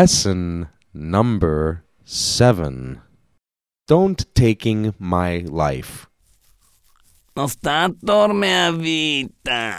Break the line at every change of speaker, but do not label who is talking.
Lesson number seven. Don't taking my life.
No está torme avita.